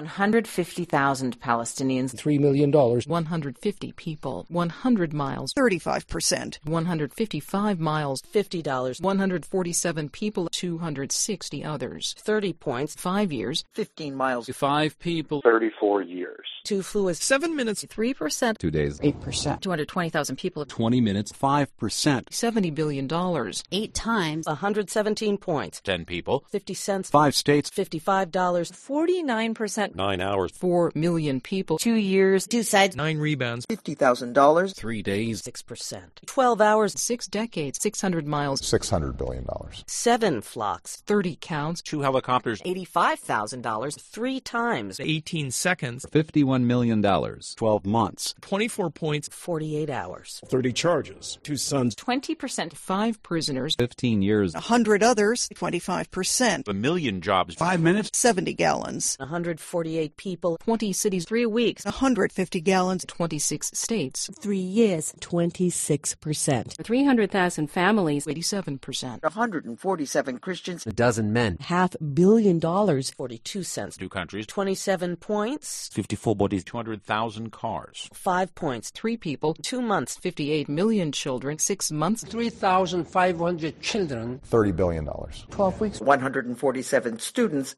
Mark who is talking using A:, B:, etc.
A: 150,000 Palestinians,
B: $3 million.
C: 150 people, 100 miles,
D: 35%.
C: 155 miles,
A: $50,
C: 147 people, 260 others.
A: 30 points,
C: 5 years,
E: 15 miles,
F: to five people,
G: 34 years.
A: two fluids,
D: 7 minutes,
C: 3%,
H: two days,
E: 8%,
C: 220,000 people,
F: 20 minutes, 5%,
C: 70 billion dollars,
I: 8 times,
A: 117 points,
J: 10 people,
A: 50 cents,
F: 5 states,
A: $55,
K: 49%,
J: 9 hours,
C: 4 million people,
A: 2 years,
I: 2 sides,
D: 9 rebounds,
E: $50,000,
J: 3 days,
A: 6%, 12 hours,
C: 6 decades, 600 miles,
B: $600 billion.
A: 7 flocks,
C: 30 counts,
J: 2 helicopters,
A: $85,000, 3 times,
D: 18 seconds,
H: $51 million.
F: 12 months,
D: 24 points,
A: 48 hours,
B: 30 charges. Two sons.
K: 20%,
C: 5 prisoners,
H: 15 years,
D: 100 others, 25%,
J: a million jobs,
F: 5 minutes,
D: 70 gallons,
A: 148 people,
C: 20 cities, 3 weeks,
D: 150 gallons,
C: 26 states,
L: 3 years, 26%,
I: 300,000 families,
C: 87%.
E: 147 Christians,
H: a dozen men,
L: half billion dollars,
A: 42 cents,
J: 2 countries,
A: 27 points,
J: 54 bodies, 200,000 cars,
A: 5 points,
C: 3 people,
A: 2 months,
C: 58 million children, 6 months,
K: 3,500 children,
B: $30 billion.
K: 12 weeks,
E: 147 students,